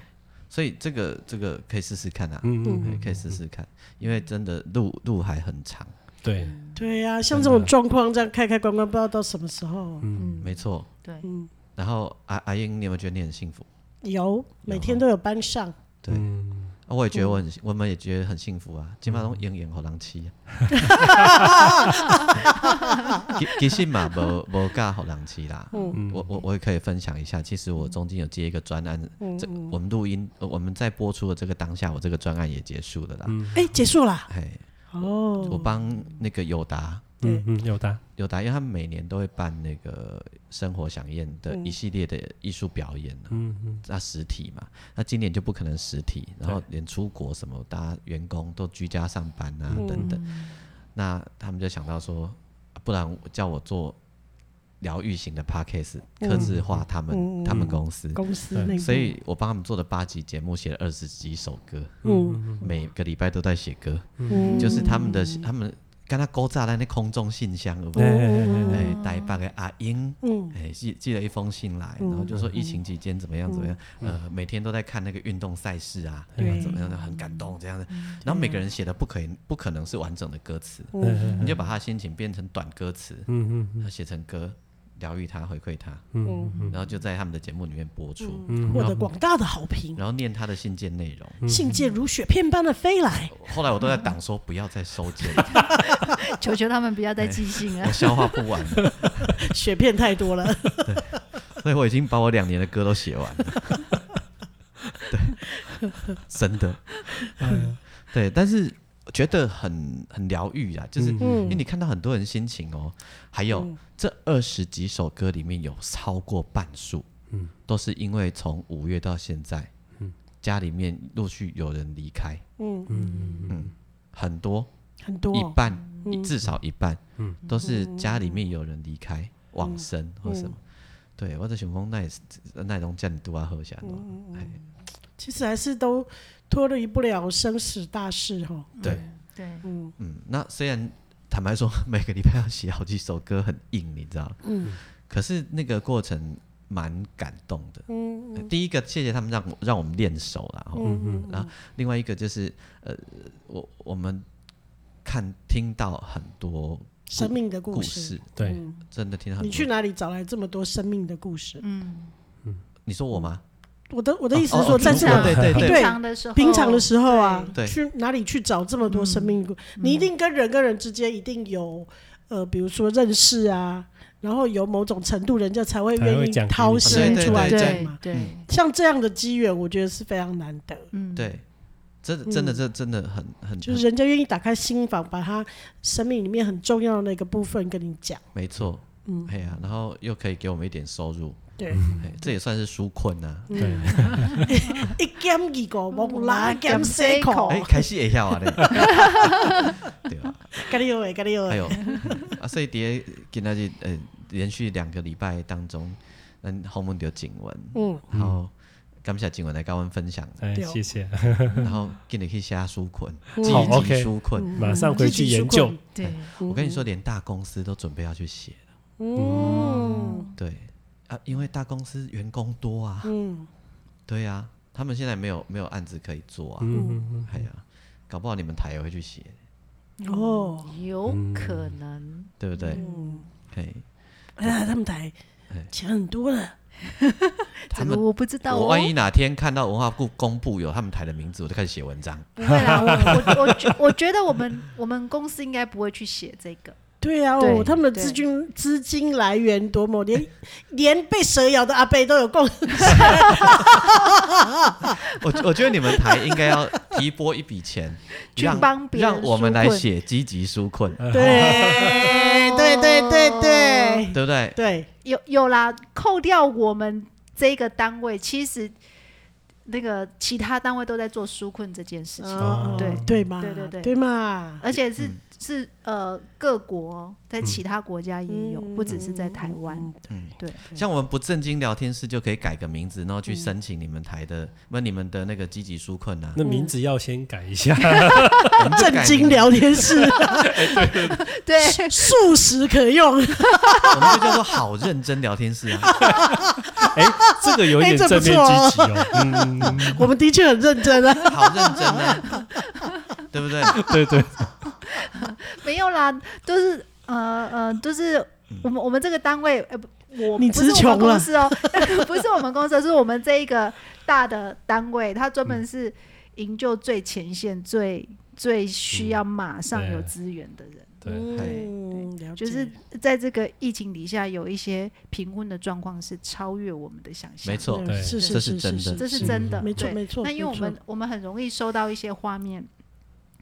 所以这个这个可以试试看啊，嗯嗯嗯，可以试试看，因为真的路路还很长，对，对呀、像这种状况，这样开开关关，不知道到什么时候。嗯，没错。对，然后阿阿英，你有没有觉得你很幸福？有每天都有班上，对，啊我也觉得我很，我们也觉得很幸福啊。基本上永远好人妻啊， 其其实嘛，无无嫁好人妻啦。我我我也可以分享一下，其实我中间有接一个专案，这我们录音，呃我们在播出的这个当下，我这个专案也结束了啦。哎、结束啦。哎，哦，我帮那个友达，对嗯嗯，有的，友达，因为他们每年都会办那个生活飨宴的一系列的艺术表演、啊，嗯嗯那实体嘛，那今年就不可能实体，然后连出国什么，大家员工都居家上班啊、嗯等等，那他们就想到说，啊不然叫我做疗愈型的 podcast，刻嗯制化他们、他们公司，公司那个，所以我帮他们做了八集节目，写了二十几首歌，嗯每个礼拜都在写歌，嗯，就是他们的他们。跟他勾炸在那空中信箱，有没有哎哎哎哎哎，台北的阿英，哦嗯哎，寄寄了一封信来，然后就说疫情期间怎么样怎么样，呃，每天都在看那个运动赛事啊，嗯对嗯然后怎么样的，很感动这样子。然后每个人写的不可以不可能是完整的歌词，哎哎你就把他心情变成短歌词，嗯嗯然后写成歌，疗愈他，回馈他，嗯，然后就在他们的节目里面播出，获得广大的好评，嗯然后嗯念他的信件内容。信件如雪片般的飞来。后来我都在挡说不要再收 件，求求他们不要再寄信我了。消化不完了，雪片太多了，所以我已经把我两年的歌都写完了。对，真的，哎对，但是觉得很很疗愈啊，嗯就是、因为你看到很多人心情哦，还有、这二十几首歌里面有超过半数，嗯，都是因为从五月到现在，家里面陆续有人离开，嗯，很多 很多、嗯一半、一至少一半，都是家里面有人离嗯开、往生或什么。对，我在想讲，那也是那种这样多啊，喝下嗯喏哎其实还是都脱离不了生死大事哈。对，对，嗯嗯，那虽然坦白说，每个礼拜要写好几首歌，很硬，你知道，嗯可是那个过程蛮感动的。嗯呃第一个，谢谢他们让我让我们练手啦，吼嗯然后另外一个就是，呃，我我们看听到很多生命的故故事，事，嗯对，真的听到很你多。去哪里找来这么多生命的故事？嗯，你说我吗？我的我的意思哦是哦说，在平这常对对对平常的时候，平常的时候啊，对嗯去哪里去找这么多生命故？你一定跟人跟人之间一定有呃，比如说认识啊，然后有某种程度，人家才会才会愿意讲给你掏听心对出来对讲对嘛。对，像这样的机缘，我觉得是非常难得，嗯，对，真的真的这真的很很嗯就很是嗯人家愿意打开心房，把他生命里面很重要的那个部分跟你讲。没错，嗯，哎呀，然后又可以给我们一点收入，对，嗯哎，这也算是纾困呐。对，一减二个，无拉减四个哎，，开始也要啊嘞， 对吧？咖喱有诶，咖喱有还诶， 有啊，所以伫今仔日呃连续两个礼拜当中，咱访问到景文，嗯，然后感谢景文来跟我们分 享，哎，对谢谢，然后今日去写纾困，嗯积好极，OK 纾困。马上回去研究。对，我跟你嗯说，连大公司都准备要去写哦了，嗯对啊，因为大公司员工多啊，嗯， 对啊，他们现在没有没有案子可以做啊，嗯 哎呀，搞不好你们台也会去写，哦，有可能，对不对？嗯，嘿，哎呀，他们台哎钱很多了，他这个们我不知道我哦万。一哪天看到文化部公布有他们台的名字，我就开始写文章。不会啦，我我我觉我觉得我们我们公司应该不会去写这个，对呀、啊，哦，对他们的对资金资金来源多么，连 连被蛇咬的阿贝都有 共。我我觉得你们台应该要提拨一笔钱， 去让帮别人让我们来纾困写积极纾困，对哦对对对对对不对？对，有有啦，扣掉我们这个单位，其实那个其他单位都在做纾困这件事情，哦对对嘛，对对对对嘛，而且是、嗯是呃各国在其他国家也有，嗯不只是在台湾。嗯， 对，像我们不正经聊天室就可以改个名字，然后去申请你们台的，问、你们的那个积极纾困啊。那名字要先改一下，我们就震改惊名字，聊天室， 对，素食可用，我们就叫做好认真聊天室啊。哎，这个有一点哎这正面不积极错哦哦。嗯，我们的确很认真啊。好认真啊，对不对？对对， 没有啦，都是呃呃，都是我们我们这个单位，呃不，我你不是词我们穷了公司哦， 不是我们公司，是我们这一个大的单位，它专门是营救最前线、最最需要马上有资源的人。对，嗯，了解就是在这个疫情底下，有一些贫困的状况是超越我们的想象，没错嗯对是是这是是真的这是是真的，嗯没错对没错。那因为我没错们我们很容易收到一些画面，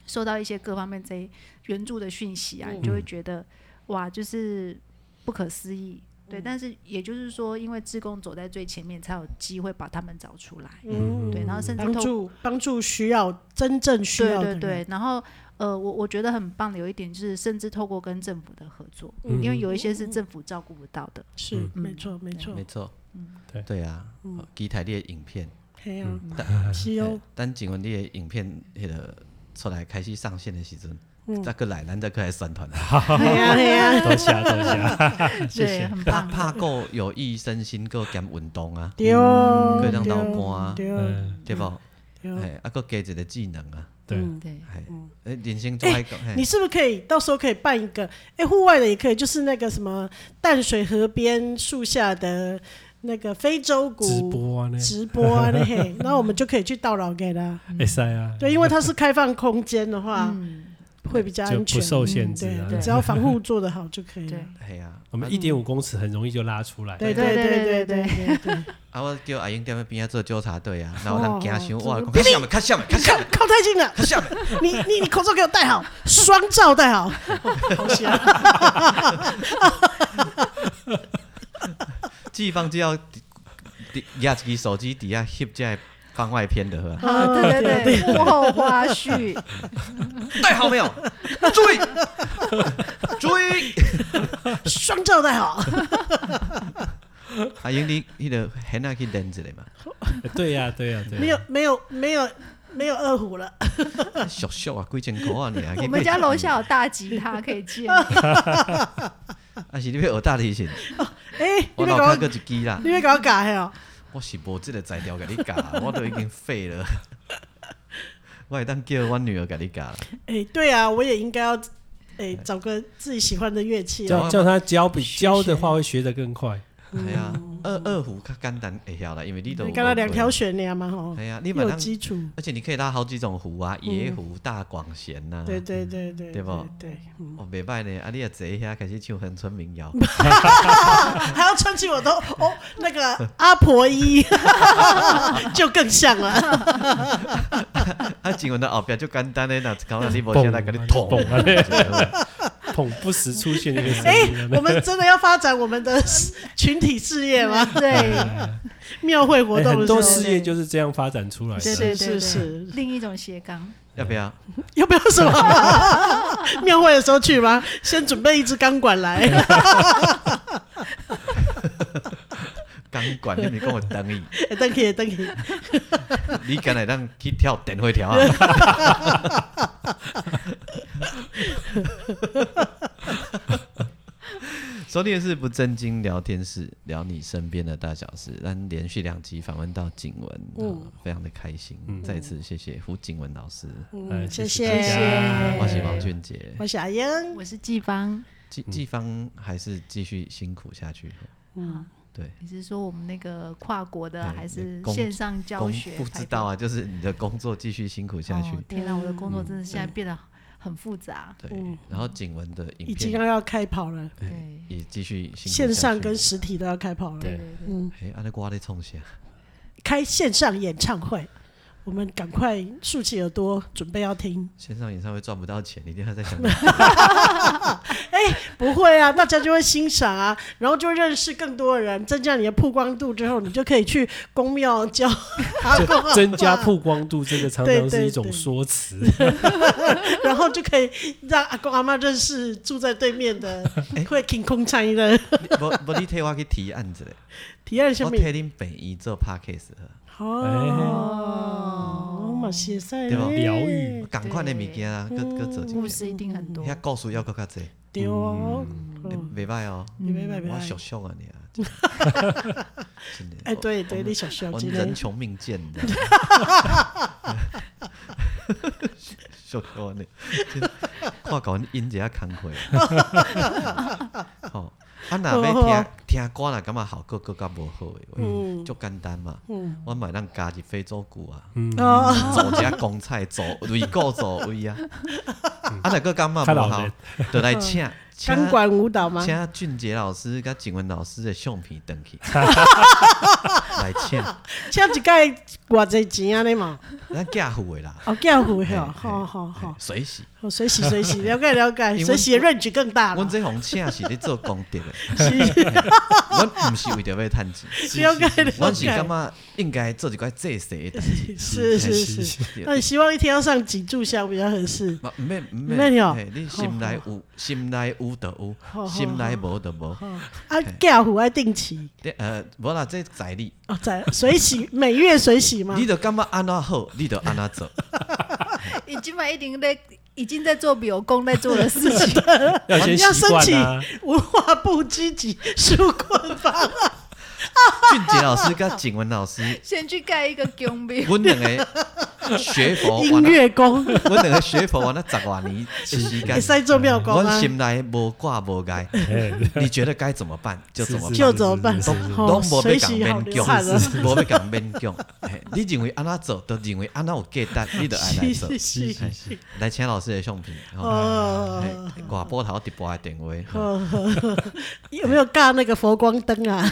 收到一些各方面这一援助的讯息嗯啊，你就会觉得哇，就是不可思议。对，嗯但是也就是说，因为志工走在最前面，才有机会把他们找出来。嗯对，然后甚至帮透助帮助需要真正需对要的对人，对，然后呃，我我觉得很棒的有一点就是，甚至透过跟政府的合作，嗯因为有一些是政府照顾不到的。是嗯没错没错没，错，对对啊，哦几台你的影片，嘿呀，是哦，但景文你的影片迄个出来开始上线的时阵，再过来咱再过来宣传，啊嘿呀嘿呀，多谢啊多谢啊，谢对，谢很怕棒。怕够有益身心，够兼运动啊，丢可以让脑干啊，丢嗯，对不？丢，哎，啊，够加一个技能啊，对， 对，哎，哎，人生做一个，嘿你是不是可以到时候可以办一个？哎，户外的也可以，就是那个什么淡水河边树下的那个非洲直鼓播啊呢，直播啊， 那嘿，然后我们就可以去到老给他。哎塞啊，嗯对，因为它是开放空间的话，嗯，会比较就安不全。嗯受限制对啊，你只要防护做得好就可以了对。嘿啊，我们一点五公尺很容易就拉出来，对对对对对对对，啊，我叫阿英踮咧边仔做纠察队啊，然后人惊想，哦哇，讲较像的，靠较像的，较像的，靠太近了，较像的，你你你口罩给我戴好，双罩戴好，好香。季芳就要压一支手机底下翕这番外篇的， 呵，啊，对对对，幕后花絮。 戴好没有？注 意，注意！双罩戴好，阿英，你迄个很难去练一下嘛，哎 对呀对呀对呀，没有没有没有没有二胡了，俗俗啊，几千箍啊，你啊，我们家楼下有大吉他可以借，啊是你要学大提琴，哎，你我别老搞看我过一支啦 你，别搞我改哦， 我是无即个材料甲你教，我都已经废了。 我会当叫阮女儿甲你教啦，哎，对啊，我也应该要 哎找个自己喜欢的乐器啊，叫叫他教比教的话会学得更快，嗯系啊，二二胡较简单会晓啦，因为你都有刚刚两学过条悬梁嘛吼哎，呀，你又马有上，基础，而且你可以拉好几种壶啊，野壶、大广弦呐，对对对对对不对，嗯哦，袂歹呢，啊，你也坐遐开始唱恒春民谣， 还要穿起我都哦那个阿婆衣， 就更像 了，啊，景文的后壁就简单的，那搞到啊你无啥来甲你捅，蹦啊捧不时出现那个声哎音啊，，我们真的要发展我们的群体事业 吗？ 对庙会活哎动很的时候多。事业就是这样发展出来对的，对对，是对是另一种斜杠，要不要？要不要 什么庙会的时候去吗？先准备一支钢管 来，钢管，你咪跟我等伊，哎等可以，等可以。你敢来当去跳电火条啊？收听的是不正经聊天室，聊你身边的大小事。但连续两集访问到景文，嗯，非常的开心。再次谢谢胡景文老师，哎谢谢嗯谢大嗯家我是王俊杰，我是阿英，我是季芳，季季芳还是继续辛苦下去。嗯，对，你是说我们那个跨国的对还是工线上教工学？啊哦不知道啊，就是你的工作继续辛苦下去嗯哦。天哪，我的工作真的现在变得很复杂。对嗯，然后景文的已影经片要要开跑了，对也继续辛苦下线上去跟实体都要开跑了。对对对对，嗯，哎，阿那瓜在冲下，开线上演唱会，我们赶快竖起耳朵，准备要听。线上演唱会赚不到钱，你一定要在想办 不会啊，大家就会欣赏啊， 然后就认识更多人，增加你的曝光度之后，你就可以去宫庙教 就增加曝光度，这个常对常是对一种对说辞。然后就可以让阿公阿妈认识住在对面 的哎会挺空餐的法。不不，你替我去提案 子嘞，体验生我命。替恁本姨做 podcast，好哎哦，我嘛写晒对吧呢疗嗯愈，赶快的物件啊，搁搁做一故遍，事一定很多。遐故事要搁较济，对哦，哦袂歹哦，你明白明我白？想想啊你啊，真的， 哎，对对，我你想需要我今哦人天穷命贱的， 笑死我呢！ 看搞因一下工课。吼、啊，若要听听歌，若感觉效果更较无好诶，嗯，足简单嘛。嗯，我买咱加入非洲鼓啊，哦，做一下公菜，做围鼓做位啊。啊，若个感觉较无老好人，就来请请嗯钢管舞蹈吗？请俊杰老师甲景文老师的相片登去，来请。请一届偌济钱安尼嘛？咱寄付的啦，哦，教会嘿哦，嘿好好好嘿。随时。哦，随喜随 喜，了解了解，为随喜的 range 更大阮了。这红请是咧做功德的， 是阮毋是为着要趁 钱，了解了阮是感解，觉应该做一寡济世的代志。是是是是。对那你希望一天要上几炷香比较合适？嘛，毋免毋不免哦免，嘿，你心内有，心内有就好好有，心内无就无。啊，嫁虎爱定期你呃，无啦，这在你，哦，在水 洗每月水洗吗你？就感觉安怎好，你就安怎做。已经把一定在已经在做比有功在做的事情，要先要习申惯请啊，文化部积极纾困法，俊杰老师甲景文老师，先去盖一个宫庙。阮两个学 佛音完了，乐 宫阮两个学佛完了十外年的时也间，塞做庙宫阮啊，心内无挂无 碍，你觉得该怎么办啊就是怎么是办。 就怎么办是是是？是哦拢无水要共洗好勉流汗了，强， 无要共勉强。嘿你认为安那做，就认为安那有价值，你就爱来是做。 是是嘿来请老师的相片，吼哦嘿。挂波头直播的电话。吼哦，有没有尬那个佛光灯啊？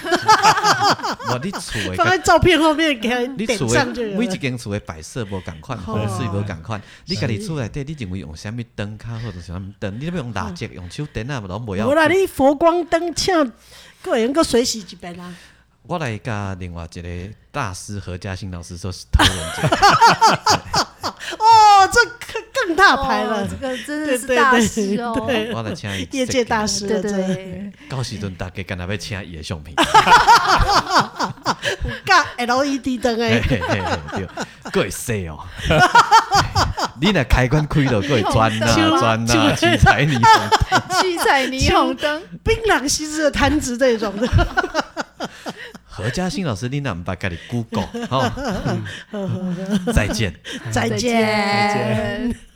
无 你厝放在的，照片后面给它你点厝上就的有每了一。间厝的摆设无共款，哦风水无共款。你家己厝内底，你认为用啥物灯较好，就是啥物灯。你要用蜡烛、用手电啊，拢袂无啦，晓。你佛光灯请，个人个水洗一遍啊。我来甲另外一个大师何嘉欣老师说讨论一下。哦，这更更大牌了哦，这个真的对是对大对师哦，对，我来请伊业界大师对了，对真的对，到时阵大家干若要请伊的相片，尬 LED 灯嘿哎，嘿嘿嘿对，够会洗哦。你若开关开了，够会转手呐转呐，手七彩霓虹。 七彩霓虹灯，槟榔西施的摊子这 种的，何嘉欣老师，你若毋捌家嗯 己 Google 吼，再见。再见。见